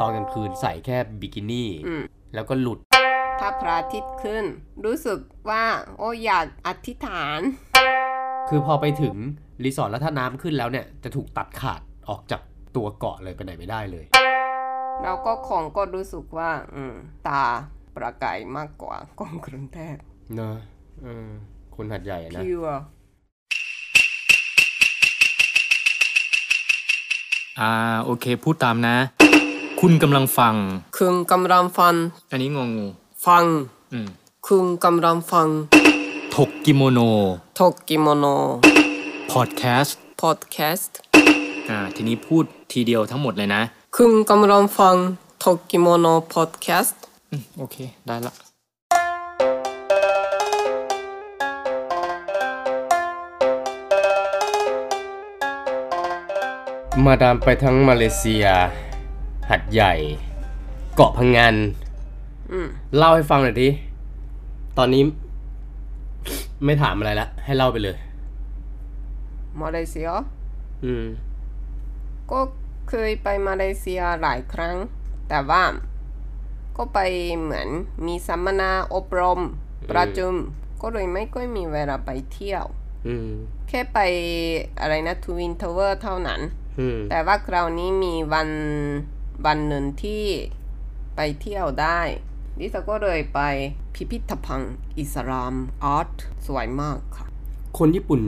ตอนกลางคืนใส่แค่บิกินี่ อืม แล้วก็หลุด ถ้าพระอาทิตย์ขึ้น รู้สึกว่าโอ้อยากอธิษฐาน คือพอไปถึงรีสอร์ทแล้วถ้าน้ำขึ้นแล้วเนี่ย จะถูกตัดขาดออกจากตัวเกาะเลยไปไหนไม่ได้เลย เราก็คงก็รู้สึกว่า อืม ตาประกายมากกว่าของกรุงเทพ เนอะเออคนหัดใหญ่นะ พิว อ่าโอเค พูดตามนะ คุณกำลังฟัง คึงกำลังฟัง อันนี้งองู ฟัง อืม คึงกำลังฟัง ถกกิโมโน ทกกิโมโน พอดแคสต์ พอดแคสต์ อ่าทีนี้พูดทีเดียวทั้งหมดเลยนะ คึงกำลังฟังทกกิโมโนพอดแคสต์ อืมโอเค ได้ละ มาดามไปทั้งมาเลเซีย หัดใหญ่ เกาะพังงานเล่าให้ฟังหน่อยดิตอนนี้ ไม่ถามอะไรละ ให้เล่าไปเลย มาเลเซีย อืม ก็เคยไปมาเลเซียหลายครั้ง แต่ว่า ก็ไปเหมือนมีสัมมนาอบรม ประจุม ก็เลยไม่ค่อยมีเวลาไปเที่ยว อืม แค่ไปอะไรนะทวินทาวเวอร์เท่านั้น อืม แต่ว่าคราวนี้มีวันวันหนึ่งที่ไปเที่ยวได้ลิซาก็เลยไปพิพิธภัณฑ์อิสลามอาร์ตสวยมากค่ะ คนญี่ปุ่น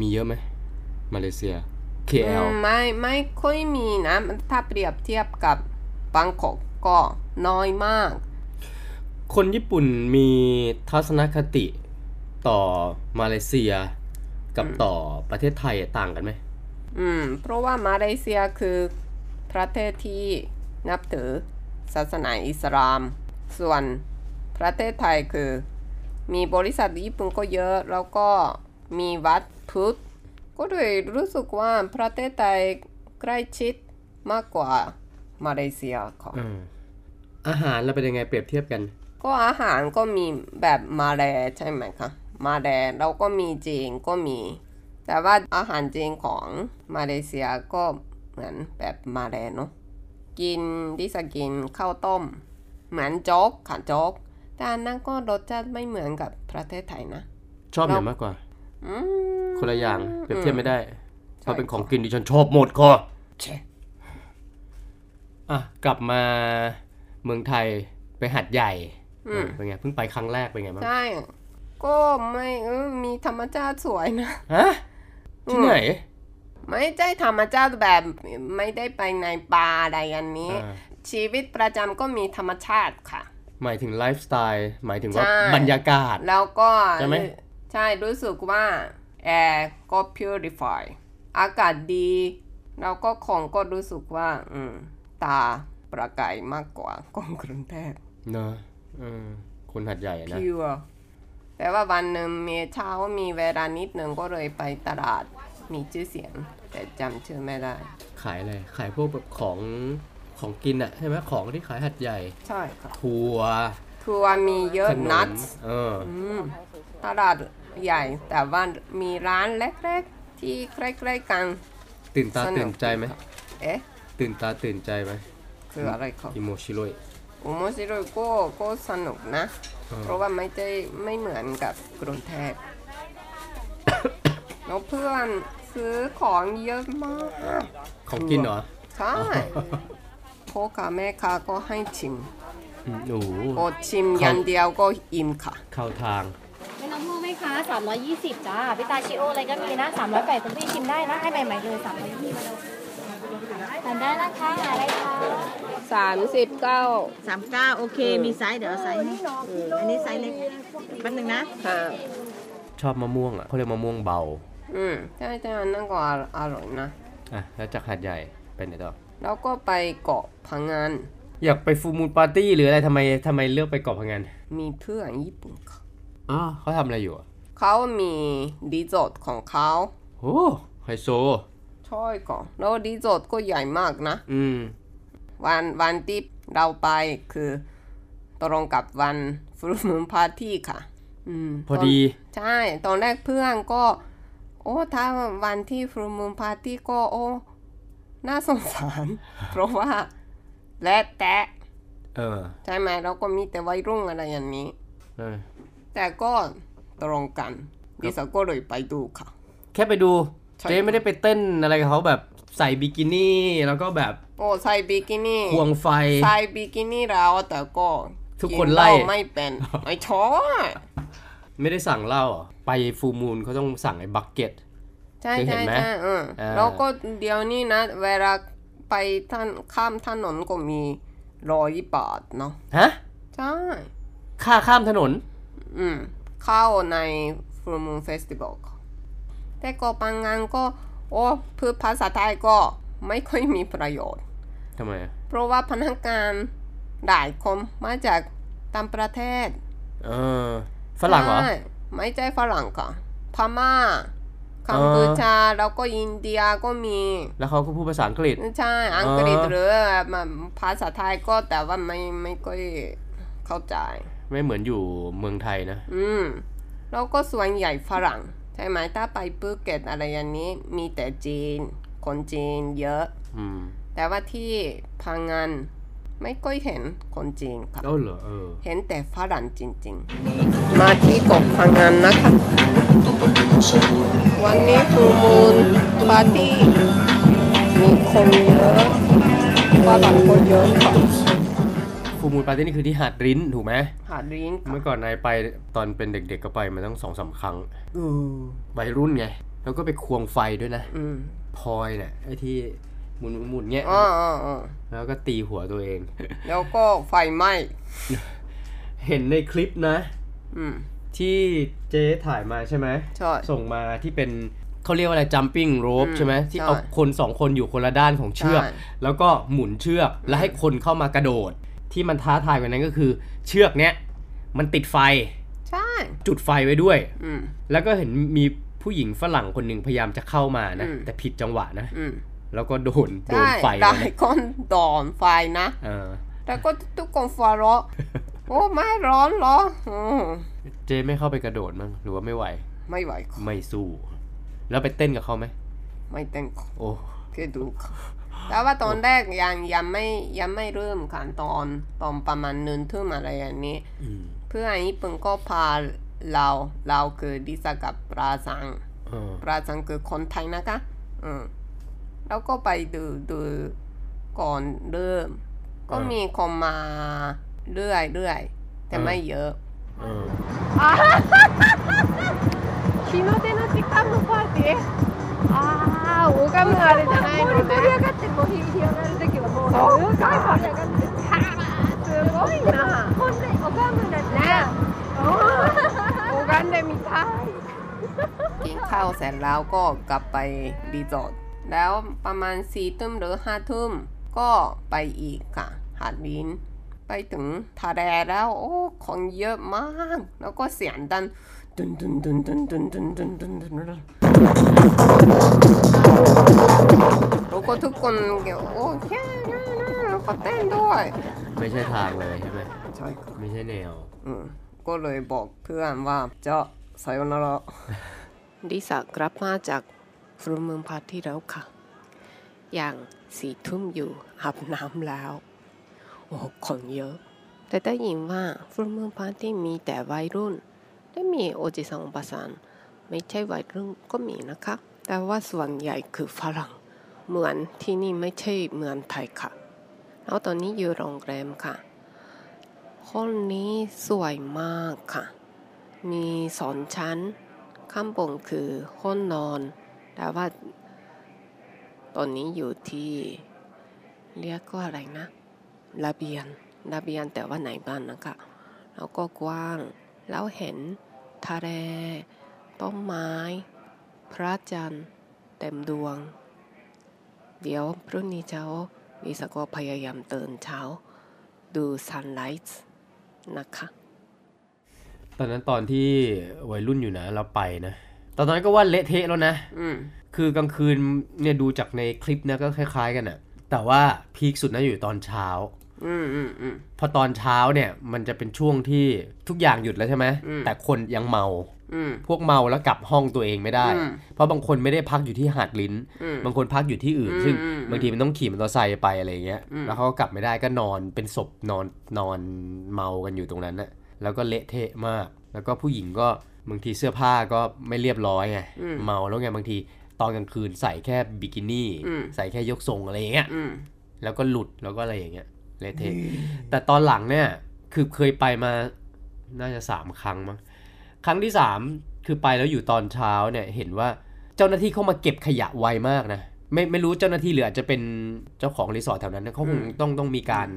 มีเยอะไหม มาเลเซีย KL อืมไม่ไม่ค่อยมีนะถ้าเปรียบเทียบกับบังกอกก็น้อยมาก คนญี่ปุ่นมีทัศนคติต่อมาเลเซีย กับต่อประเทศไทยต่างกันไหม อืม เพราะว่ามาเลเซียคือประเทศที่นับถือศาสนาอิสลาม ส่วนประเทศไทยคือ มีบริษัทญี่ปุ่นก็เยอะ แล้วก็มีวัดพุทธ ก็เลยรู้สึกว่าประเทศไทยใกล้ชิดมากกว่ามาเลเซียค่ะ อาอาหารเราเป็นยังไงเปรียบเทียบกัน ก็อาหารก็มีแบบมาเลใช่ไหมคะ มาเลแล้วก็มีจีนก็มี แต่ว่าอาหารจีนของมาเลเซียก็เหมือนแบบมาเลเนาะ กินดิสกินข้าวต้ม เหมือนโจ๊กค่ะโจ๊กแต่อันนั้นก็รสชาติไม่เหมือนกับประเทศไทยนะ ชอบไหน เรา มากกว่า อืม คนละอย่างเปรียบเทียบไม่ได้เพราะเป็นของกินดิฉันชอบหมดคอ เช่ อ่ะกลับมาเมืองไทยไปหัดใหญ่เออเป็นไงเพิ่งไปครั้งแรกเป็นไงบ้าง ใช่ ก็ไม่เออมีธรรมชาติสวยนะ ฮะที่ไหน ไม่ใช่ธรรมชาติแบบไม่ได้ไปในป่าอะไรอันนี้ อ่า ชีวิตประจำก็มีธรรมชาติค่ะ หมายถึงไลฟ์สไตล์หมายถึงว่า ใช่ บรรยากาศ แล้วก็ ใช่ไหม ใช่รู้สึกว่าแอร์ก็ purify อากาศดี แล้วก็ของก็รู้สึกว่า อืม ตาประกายมากกว่าของกรุงเทพ เนอะเออคนหัดใหญ่นะ pure แต่ว่าวันหนึ่งมีเช้ามีเวลานิดหนึ่งก็เลยไปตลาดมีชื่อเสียง แต่จำชื่อไม่ได้ ขายอะไรขายพวกแบบของของกินอะใช่ไหมของที่ขายหัดใหญ่ ใช่ค่ะ ถั่ว ทัวร์มีเยอะ ขน นั ม ท เอออ ตลาดใหญ่แต่ว่ามีร้านเล็กๆ ที่ใกล้ๆกัน ตื่นตา สนุก ตื่นใจไหม เอ๊ะ ตื่นตาตื่นใจไหม คืออะไรครับ อิโมชิโรย โอ้โมซิโรโก้ก็สนุกนะ เออ เพราะว่าไม่ได้ไม่เหมือนกับกรุงเทพ แล้วเพื่อนซื้อของเยอะมาก ของกินเหรอ ใช่พ่อค้าแม่ค้าก็ให้ชิม อืมโอ้โห โอชิมอย่างเดียวก็อิ่มค่ะ เข้าทาง ไม่น้ำมูกไหมคะ 320 จ้าพิตาชิโออะไรก็มีนะ 308คุณพี่ชิมได้นะ ให้ใหม่ๆเลย 320มาดูทานได้นะคะหาอะไรคะ 39 สามเก้าโอเค มีไซส์เดี๋ยวเอาไซส์ให้เอออันนี้ไซส์เล็กแป๊บหนึงนะ ค่ะ ชอบมะม่วงอ่ะเขาเรียกมะม่วงเบา อืมใช่ใช่อันนั่นก็อร่อยนะ อ่ะ แล้วจากหาดใหญ่ไปไหนต่อ แล้วก็ไปเกาะพังงาน อยากไปฟูลมูลปาร์ตี้หรืออะไรทำไมทำไมเลือกไปเกาะพังงาน มีเพื่อนญี่ปุ่นค่ะ อ๋อเขาทำอะไรอยู่อ่ะ เขามีรีสอร์ทของเขา โอ้ไฮโซ ใช่ก่อนแล้วรีสอร์ทก็ใหญ่มากนะ อืม วันวันที่เราไปคือตรงกับวันฟรุมุนพาร์ตี้ค่ะ อืม พอดี ตนใช่ ตอนแรกเพื่อนก็ โอ้ถ้าวัน ที่ฟรุมุนพาร์ตี้ก็โอ้ น่าสงสาร เพราะว่า และแตะ เออ ใช่ไหมเราก็มีแต่วัยรุ่นอะไรอย่างนี้ เออ แต่ก็ตรงกันดิสก็เลยไปดูค่ะ แค่ไปดู ใช่ เจ๊ไม่ได้ไปเต้นอะไรกับเขาแบบใส่บิกินี่แล้วก็แบบ โอ้ใส่บิกินี่ ควงไฟ ใส่บิกินี่แล้วแต่ก็ ทุกคนไล่ เหล้าไม่เป็นไม่ชอบ ไม่ได้สั่งเหล้าเหรอไปฟูมูลเขาต้องสั่งไอ้บักเก็ต ใช่ เคยเห็ ใช่ นไหม ใช่เออ อ่า แล้วก็เดี๋ยวนี้นะ เวลาไปท่านข้ามถนนก็มีร้อยบาทเนาะ ฮะ ใช่ ค่าข้ามถนน อืมเข้าในฟูมูลเฟสติวัลแต่ก็ปังงานก็ โอ้พูดภาษาไทยก็ไม่ค่อยมีประโยชน์ ทำไมอะ เพราะว่าพนักงานหลายคนมาจากต่างประเทศ เออฝรั่งเหรอ ใช่ไม่ใช่ฝรั่งค่ะพม่ากัมพูชาแล้วก็อินเดียก็มี แล้วเขาก็พูดภาษาอังกฤษ ใช่อังกฤษ อ๋อ หรือมาภาษาไทยก็แต่ว่าไม่ไม่ค่อยเข้าใจ ไม่เหมือนอยู่เมืองไทยนะ อืมแล้วก็ส่วนใหญ่ฝรั่ง ใช่ไหมถ้าไปภูเก็ตอะไรอย่างนี้ มีแต่จีน คนจีนเยอะ อืม แต่ว่าที่พังงานไม่ค่อยเห็นคนจีนค่ะ เอ้าเหรอเออ เห็นแต่ฝรั่งจริงๆ มาที่เกาะพังงานนะคะ วันนี้ฟูมูลปาร์ตี้มีคนเยอะฝรั่งก็เยอะค่ะ ฟูมูลปาร์ตี้นี่คือที่หาดริ้นถูกไหม หาดริ้งค่ะ เมื่อก่อนนายไปตอนเป็นเด็กๆก็ไปมาตั้งสองสามครั้งวัยรุ่นไง แล้วก็ไปควงไฟด้วยนะ อืม พลอยเนี่ยไอ้ที่หมุนหมุนๆเงี้ย อ๋ออ๋ออ๋อ แล้วก็ตีหัวตัวเอง แล้วก็ไฟไหม้ เห็นในคลิปนะ อืม ที่เจ๊ถ่ายมาใช่ไหม ใช่ ส่งมาที่เป็นเขาเรียกว่าอะไร jumping อื rope ม ใช่ไหมที่ ใช่ เอาคนสองคนอยู่คนละด้านของเชือก ใช่ แล้วก็หมุนเชือกแล้วให้คนเข้ามากระโดด ที่มันท้าทายกว่านั้นก็คือเชือกเนี้ยมันติดไฟ ใช่ จุดไฟไว้ด้วย อืม แล้วก็เห็นมีผู้หญิงฝรั่งคนหนึ่งพยายามจะเข้ามานะ อืม แต่ผิดจังหวะนะ อืม แล้วก็โดนโด ใช่ นไฟ ห นะ ลายคนโดนไฟนะ เออ แต่ก็ทุกคนฟัวเราะ โอ้ไม่ร้อนเหรออืม เจ๊ไม่เข้าไปกระโดดมั้งหรือว่าไม่ไหว ไม่ไหวค่ะ ไม่สู้ แล้วไปเต้นกับเขาไหม ไม่เต้นค่ะ โอ้ เคย ดูค่ะแต่ว่าตอนแรกยังยังไม่ยังไม่เริ่มค่ะตอนตอนประมาณหนึ่งทุ่มอะไรอย่างนี้ อืม เพื่อนญี่ปุ่นก็พาเราเราคือดิสกับปราซัง เออ ปราซังคือคนไทยนะคะอืมแล้วก็ไปดูดูก่อนเริ่ม ก็ อ่ามี มีคนมาเรื่อยเรื่อยแต่ อ่า ไม่เยอะ เออ 日の出の時間のパーティーああ拝むあれじゃないのね盛り上がってもう日広がる時はもうすごい盛り上がってるすごいなほんで拝むなんてね拝んでみたい กินข้าวเสร็จแล้วก็กลับไปรีสอร์ทแล้วประมาณสี่ทุ่มหรือห้าทุ่มก็ไปอีกค่ะ หาดลิน ไปถึงทะเลแล้ว โอ้ของเยอะมาก แล้วก็เสียงดังดุนดุนดุนดุนดุนดุนดุนดุนดุนดุนแล้วก็ทุกคนโอ้แค่นั้นนะก็เต้นด้วย ไม่ใช่ทางเลยใช่ไหม ใช่ค่ะ ไม่ใช่แนว อืมก็เลยบอกเพื่อนว่าจะไซโอนาระดิสาก ลับมาจากฟรูมืองพาร์ที่แล้วค่ะ อย่างสี่ทุ่มอยู่อาบน้ำแล้ว โอ้โหคนเยอะ แต่ได้ยินว่าฟรูมืองพาร์ที่มีแต่วัยรุ่น และมีโอจิซังโอปาซันไม่ใช่วัยรุ่นก็มีนะคะ แต่ว่าส่วนใหญ่คือฝรั่ง เหมือนที่นี่ไม่ใช่เหมือนไทยค่ะ แล้วตอนนี้อยู่โรงแรมค่ะ ห้องนี้สวยมากค่ะ มีสองชั้น ข้างบนคือห้องนอน แต่ว่า ตอนนี้อยู่ที่ เรียกว่าอะไรนะ ระเบียง ระเบียงแต่ว่าไหนบ้านนะคะ แล้วก็กว้าง แล้วเห็นทะเล ต้นไม้ พระจันทร์ เต็มดวง เดี๋ยวพรุ่งนี้เช้าวิสาก็พยายามตื่นเช้า ดูซันไลท์นะคะ ตอนนั้นตอนที่วัยรุ่นอยู่นะ เราไปนะ ตอนนั้นก็ว่าเละเทะแล้วนะ อืม คือกลางคืนเนี่ยดูจากในคลิปนะก็คล้ายๆกันอะแต่ว่าพีคสุดน่าอยู่ตอนเช้า อืมอืมอืม พอตอนเช้าเนี่ยมันจะเป็นช่วงที่ทุกอย่างหยุดแล้วใช่ไหม อืม แต่คนยังเมา อืม พวกเมาแล้วกลับห้องตัวเองไม่ได้ อืม เพราะบางคนไม่ได้พักอยู่ที่หาดลิ้น อืม บางคนพักอยู่ที่อื่น อืม ซึ่ง อืม บางทีมันต้องขี่มอเตอร์ไซค์ไปอะไรเงี้ย อืม แล้วเขาก็กลับไม่ได้ก็นอนเป็นศพนอนนอนเมากันอยู่ตรงนั้นน่ะ แล้วก็เละเทะมาก แล้วก็ผู้หญิงก็บางทีเสื้อผ้าก็ไม่เรียบร้อยไง เมาแล้วไงบางทีตอนกลางคืนใส่แค่บิกินี่ ใส่แค่ยกทรงอะไรอย่างเงี้ย อืม แล้วก็หลุดแล้วก็อะไรอย่างเงี้ยเละเทะแต่ตอนหลังเนี่ย คือเคยไปมาน่าจะสามครั้งมั้งครั้งที่สามคือไปแล้วอยู่ตอนเช้าเนี่ยเห็นว่าเจ้าหน้าที่เข้ามาเก็บขยะไวมากนะไม่ไม่รู้เจ้าหน้าที่หรืออาจจะเป็นเจ้าของรีสอร์ทแถวนั้นนะเขาคง อืม ต้องต้องมีการ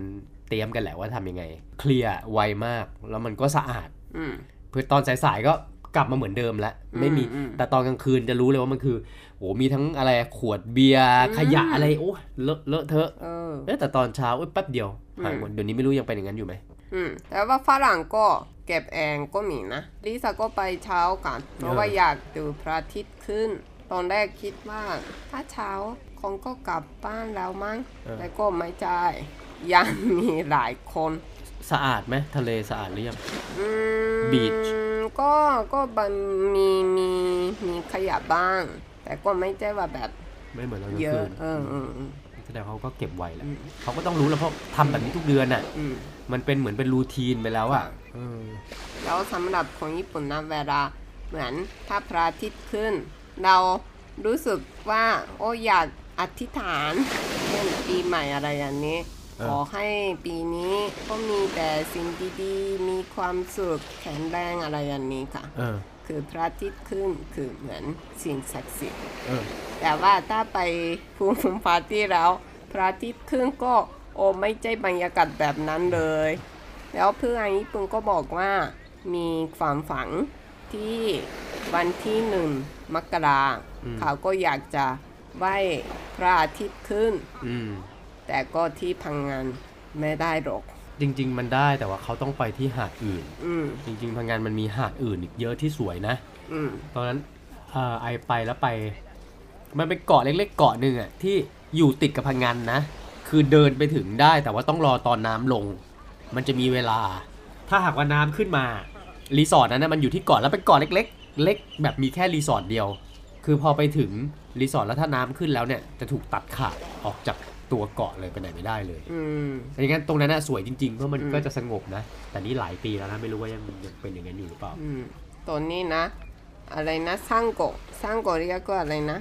เตรียมกันแหละว่าทำยังไง เคลียร์ไวมากแล้วมันก็สะอาด อืม เพื่อตอนสายๆก็กลับมาเหมือนเดิมแล้วไม่มี อืมอืม แต่ตอนกลางคืนจะรู้เลยว่ามันคือโอ้มีทั้งอะไรขวดเบียร์ขยะ อืม อะไรโอ้เลอะเลอะเทอะ เออ เอ๊ะแต่ตอนเช้าเอ้ยแป๊บเดียวหายหมดเดี๋ยวนี้ไม่รู้ยังเป็นอย่างนั้นอยู่ไหม อืมแต่ว่าฝรั่งก็เก็บเองก็มีนะ ลิซ่าก็ไปเช้ากัน เพราะว่าอยากดูพระอาทิตย์ขึ้น ตอนแรกคิดว่า ถ้าเช้าคงก็กลับบ้านแล้วมั้ง เออ แต่ก็ไม่ใช่ยังมีหลายคน สะอาดไหมทะเลสะอาดหรือยัง อืม Beach ก็ก็บันมีมีมีขยะบ้าง แต่ก็ไม่ใช่ว่าแบบ ไม่เหมือนตอนกลา เย งคื อะ น เออเออเออ แสดงเขาก็เก็บไว้แหละ อืม เขาก็ต้องรู้แล้วเพราะทำแบบนี้ทุกเดือนน่ะ อืม มันเป็นเหมือนเป็นรูทีนไปแล้วอ่ะเออ แล้วสำหรับคนญี่ปุ่นนะเวลาเหมือนถ้าพระอาทิตย์ขึ้น เรารู้สึกว่าโอ้อยากอธิษฐานเช่นปีใหม่อะไรอย่างนี้ ขอให้ปีนี้ก็มีแต่สิ่งดีๆ มีความสุขแข็งแรงอะไรอย่างนี้ค่ะ เออ คือพระอาทิตย์ขึ้นคือเหมือนสิ่งศักดิ์สิทธิ์ เออ แต่ว่าถ้าไปภูมิปาร์ตี้แล้ว พระอาทิตย์ขึ้นก็โอ้ไม่ใช่บรรยากาศแบบนั้นเลย แล้วเพื่อนญี่ปุ่นก็บอกว่ามีความฝันที่วันที่หนึ่งมกราเขาก็อยากจะไหว้พระอาทิตย์ขึ้น อืม แต่ก็ที่พังงานไม่ได้หรอก จริง ๆ มันได้แต่ว่าเขาต้องไปที่หาดอื่น อืม จริง ๆ พังงานมันมีหาดอื่นอีกเยอะที่สวยนะ อืม ตอนนั้นเอ่อไอไปแล้วไป มันเป็นเกาะเล็กๆเกาะหนึ่งอ่ะที่อยู่ติดกับพังงานนะ คือเดินไปถึงได้แต่ว่าต้องรอตอนน้ำลง มันจะมีเวลา ถ้าหากว่าน้ำขึ้นมารีสอร์ทนั้นนะมันอยู่ที่เกาะแล้วเป็นเกาะเล็ก ๆ เล็กแบบมีแค่รีสอร์ทเดียว คือพอไปถึงรีสอร์ทแล้วถ้าน้ำขึ้นแล้วเนี่ยจะถูกตัดขาดออกจากตัวเกาะเลยไปไหนไม่ได้เลย อืม อย่างนั้นตรงนั้นน่ะสวยจริงๆเพราะมัน อืม ก็จะสงบนะ แต่นี่หลายปีแล้วนะไม่รู้ว่ายังยังเป็นอย่างนั้นอยู่หรือเปล่า อืมตัวนี้นะ อะไรนะสร้างโกะสร้างโกะเรียกว่าอะไรนะ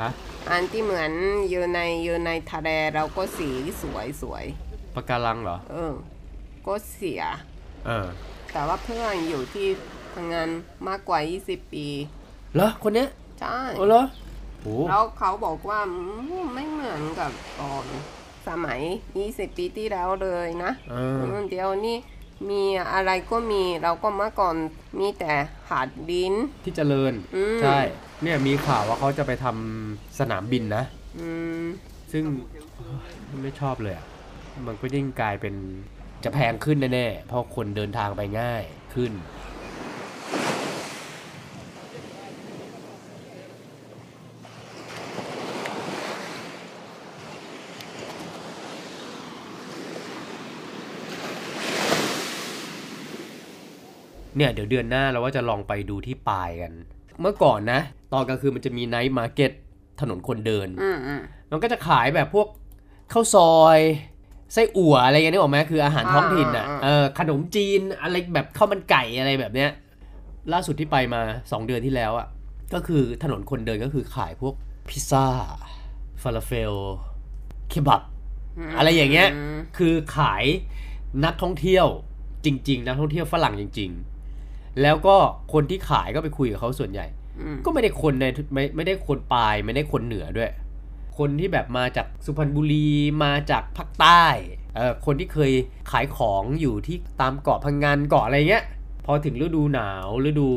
ฮะ อันที่เหมือนอยู่ในอยู่ในทะเลเราก็สีสวยสวย ปะการังเหรอ เออ ก็เสีย เออ แต่ว่าเพื่อนอยู่ที่พังงานมากกว่า 20 ปี เหรอคนเนี้ย ใช่ เออเหรอโอ้ แล้วเขาบอกว่าอืมไม่เหมือนกับตอนสมัย 20 ปีที่แล้วเลยนะ เออ อืมเดี๋ยวนี้มีอะไรก็มีเราก็เมื่อก่อนมีแต่หาดดิน ที่เจริญ อืม ใช่ เนี่ยมีข่าวว่าเขาจะไปทำสนามบินนะ อืม ซึ่งเอ้ยไม่ชอบเลยอะมันก็ยิ่งกลายเป็นจะแพงขึ้นแน่ๆเพราะคนเดินทางไปง่ายขึ้น เนี่ยเดี๋ยวเดือนหน้าเราว่าจะลองไปดูที่ปายกัน เมื่อก่อนนะ ตอนกลางคืนมันจะมีไนท์มาร์เก็ตถนนคนเดิน อืมอืม มันก็จะขายแบบพวกข้าวซอยไส้อั่วอะไรเงี้ยนึกออกไหมคืออาหารท้องถิ่นอ่ะ อ่าอ่า เออขนมจีนอะไรแบบข้าวมันไก่อะไรแบบเนี้ย ล่าสุดที่ไปมา 2 เดือนที่แล้วอ่ะก็คือถนนคนเดินก็คือขายพวกพิซซ่าฟาลาเฟลเคบับ อะไรอย่างเงี้ย ม คือขายนักท่องเที่ยวจริง ๆ นักท่องเที่ยวฝรั่งจริง ๆ แล้วก็คนที่ขายก็ไปคุยกับเขาส่วนใหญ่ อืม ก็ไม่ได้คนในไม่ไม่ได้คนปลายไม่ได้คนเหนือด้วย คนที่แบบมาจากสุพรรณบุรีมาจากภาคใต้เออคนที่เคยขายของอยู่ที่ตามเกาะพังงานเกาะอะไรเงี้ย พอถึงฤดูหนาวฤดู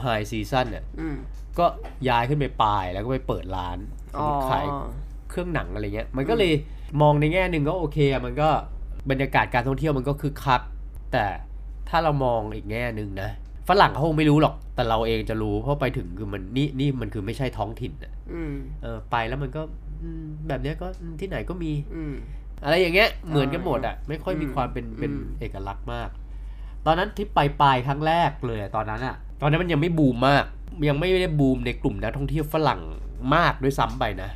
ไฮซีซั่นเนี่ย อืม ก็ย้ายขึ้นไปปลายแล้วก็ไปเปิดร้าน อ๋อ ขายเครื่องหนังอะไรเงี้ย มันก็เลยมองในแง่หนึ่งก็โอเคอะมันก็บรรยากาศการท่องเที่ยวมันก็คึกคัก แต่ถ้าเรามองอีกแง่หนึ่งนะฝรั่งเขาคงไม่รู้หรอกแต่เราเองจะรู้เพราะไปถึงคือมันนี่นี่มันคือไม่ใช่ท้องถิ่นอะ อืม เออไปแล้วมันก็อืมแบบเนี้ยก็อืมที่ไหนก็มี อืม อะไรอย่างเงี้ยเหมือนกันหมดอ่ะไม่ค่อยมีความเป็นเป็น อืม เอกลักษณ์มาก ตอนนั้นทริปไปปลายครั้งแรกเลยอะตอนนั้นอ่ะ ตอนนั้นมันยังไม่บูมมาก ยังไม่ได้บูมในกลุ่มนักท่องเที่ยวฝรั่งมากด้วยซ้ำไปนะ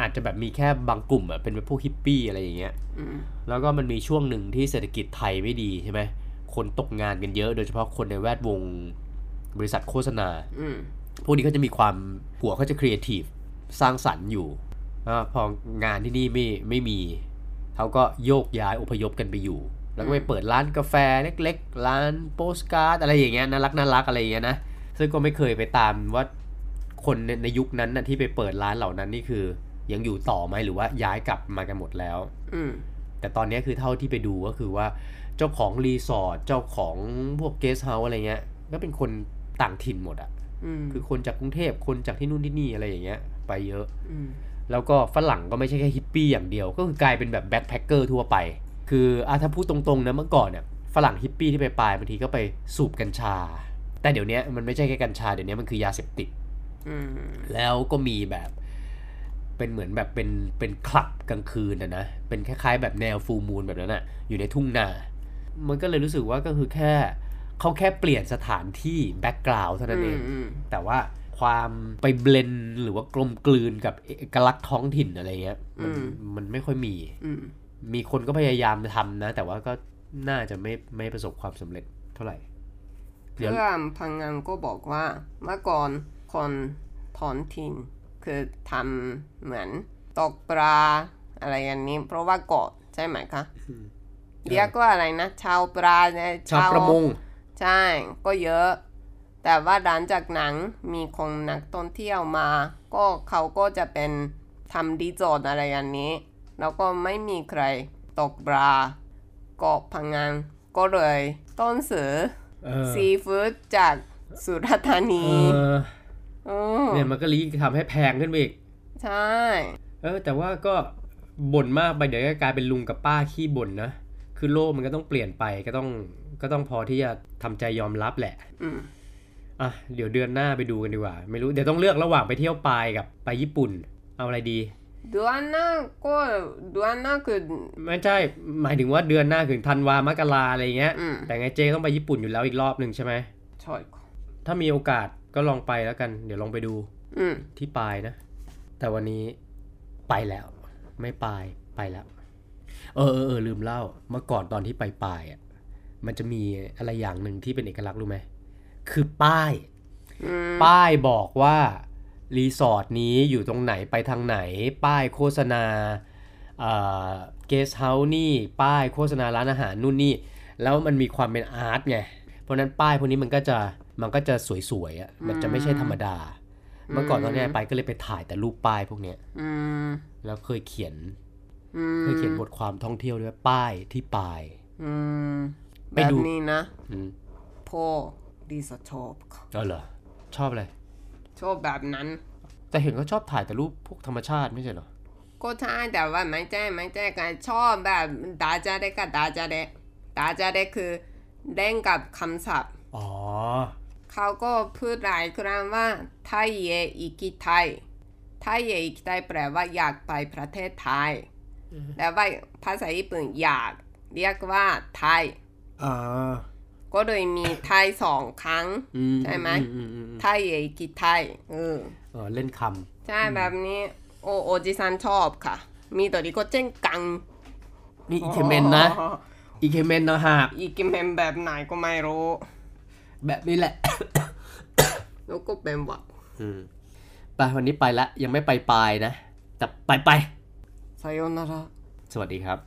อาจจะแบบมีแค่บางกลุ่มอะเป็นแบบพวกฮิปปี้อะไรอย่างเงี้ย อืม แล้วก็มันมีช่วงหนึ่งที่เศรษฐกิจไทยไม่ดีใช่ไหม คนตกงานกันเยอะ โดยเฉพาะคนในแวดวงบริษัทโฆษณา อืม พวกนี้ก็จะมีความหัวเขาจะครีเอทีฟสร้างสรรค์อยู่อาพองานที่นี่ไม่ไม่มี เขาก็โยกย้ายอพยพกันไปอยู่ แล้วก็ไปเปิดร้านกาแฟเล็กๆ ร้านโปสการ์ดอะไรอย่างเงี้ยน่ารักน่ารักอะไรอย่างเงี้ยนะ ซึ่งก็ไม่เคยไปตามว่าคนในในยุคนั้นนะที่ไปเปิดร้านเหล่านั้นนี่คือ ยังอยู่ต่อไหมหรือว่าย้ายกลับมากันหมดแล้ว อืม แต่ตอนนี้คือเท่าที่ไปดูก็คือว่าเจ้าของรีสอร์ทเจ้าของพวกเกสต์เฮาส์อะไรเงี้ยก็เป็นคนต่างถิ่นหมดอะ อืม คือคนจากกรุงเทพคนจากที่นู่นที่นี่อะไรอย่างเงี้ยไปเยอะ อืม แล้วก็ฝรั่งก็ไม่ใช่แค่ฮิปปี้อย่างเดียว ก็คือกลายเป็นแบบแบ็คแพคเกอร์ทั่วไป คืออาถ้าพูดตรงๆนะเมื่อก่อนเนี่ยฝรั่งฮิปปี้ที่ไปปลายบางทีก็ไปสูบกัญชา แต่เดี๋ยวเนี้ยมันไม่ใช่แค่กัญชา เดี๋ยวเนี้ยมันคือยาเสพติด อืม แล้วก็มีแบบเป็นเหมือนแบบเป็นเป็นคลับกลางคืนนะนะ เป็นคล้ายๆแบบแนวฟูมูลแบบนั้นอนะ่ะอยู่ในทุ่งนา มันก็เลยรู้สึกว่าก็คือแค่เขาแค่เปลี่ยนสถานที่แบ็กกราวด์เท่านั้นเอง อืม แต่ว่าความไปเบลนหรือว่ากลมกลืนกับเอกลักษณ์ท้องถิ่นอะไรเงี้ยมัน อืม มันไม่ค่อยมี อืม มีคนก็พยายามทำนะ แต่ว่าก็น่าจะไม่ไม่ประสบความสำเร็จเท่าไหร่เดี๋ยว เพื่อนพังงานก็บอกว่าเมื่อก่อนคนท้องถิ่นคือทำเหมือนตกปลาอะไรอย่างนี้ เพราะว่าเกาะใช่ไหมคะ เรียกว่าอะไรนะ ชาวปลาเนี่ย ชาวประมง ใช่ก็เยอะ แต่ว่าหลังจากหนังมีคนนักท่องเที่ยวมา ก็เขาก็จะเป็นทำดีจอดอะไรอย่างนี้ แล้วก็ไม่มีใครตกปลาเกาะพังงานก็เลยต้นสือ เออ ซีฟู้ดจากสุราษฎร์ธานี เออ โอ้ เนี่ยมันก็รีทำให้แพงขึ้นไปอีก ใช่ เออแต่ว่าก็บ่นมากไปเดี๋ยวก็กลายเป็นลุงกับป้าขี้บ่นนะ คือโลกมันก็ต้องเปลี่ยนไปก็ต้องก็ต้องพอที่จะทำใจยอมรับแหละ อืม อ่ะเดี๋ยวเดือนหน้าไปดูกันดีกว่า ไม่รู้เดี๋ยวต้องเลือกระหว่างไปเที่ยวปลายกับไปญี่ปุ่น เอาอะไรดี ดวนหน้าก็ดวนหน้าคือ ไม่ใช่หมายถึงว่าเดือนหน้าถึงธันวามกราอะไรอย่างเงี้ย อืม แต่ไงเจต้องไปญี่ปุ่นอยู่แล้วอีกรอบหนึ่งใช่ไหม ใช่ค่ะ ถ้ามีโอกาสก็ลองไปแล้วกัน เดี๋ยวลองไปดู อืม ที่ปลายนะ แต่วันนี้ไปแล้ว ไม่ปลายไปแล้ว เออเออเออลืมเล่าเมื่อก่อนตอนที่ไปปลายอ่ะมันจะมีอะไรอย่างหนึ่งที่เป็นเอกลักษณ์รู้ไหมคือป้าย อืม ป้ายบอกว่ารีสอร์ทนี้อยู่ตรงไหนไปทางไหน ป้ายโฆษณาเกสเฮาส์นี่ ป้ายโฆษณาร้านอาหารนู่นนี่ แล้วมันมีความเป็นอาร์ตไง เพราะฉะนั้นป้ายพวกนี้มันก็จะมันก็จะสวยๆอะ่ะมันจะไม่ใช่ธรรมดา เมื่อก่อนตอนนี้ไปก็เลยไปถ่ายแต่รูปป้ายพวกเนี้ย อืม แล้วเคยเขียน อืม เคยเขียนบทความท่องเที่ยวด้วยป้ายที่ปลาย อืม ไป แบบ ดู นี้นะ อืม พ่อดีสชอบค่ะ เออเหรอชอบอะไร ชอบแบบนั้น แต่เห็นเขาชอบถ่ายแต่รูปพวกธรรมชาติไม่ใช่เหรอ ก็ใช่แต่ว่าไม่ใช่ไม่ใช่การชอบแบบดาจาเดะกับดาจาเดะดาจาเดะคือเล่นกับคำศัพท์ อ๋อ เขาก็พูดหลายครั้งว่าไทยเยอิกิไทยไทยเยอิกิไทยแปลว่าอยากไปประเทศไทย แล้วว่าภาษาญี่ปุ่นอยาก เรียกว่าไทย อ่า ก็โดยมีไทยสองครั้ง อื ใช่ไหม อือือืม ไทยเยอิกิไทยเออ เออเล่นค ใช่แบบนี้ โอโอจิซันชอบค่ะ มีตัวนี้ก็เจ้งกัง ำนี่อิเคเมนนะ อิเคเมนนะฮะ อีกิเมนแบบไหนก็ไม่รู้ แบบนี้แหละ แล้วก็เป็นหวัด อืมไปวันนี้ไปละยังไม่ไปปลายนะ แต่ไปไป ไซโยนาระ สวัสดีครับ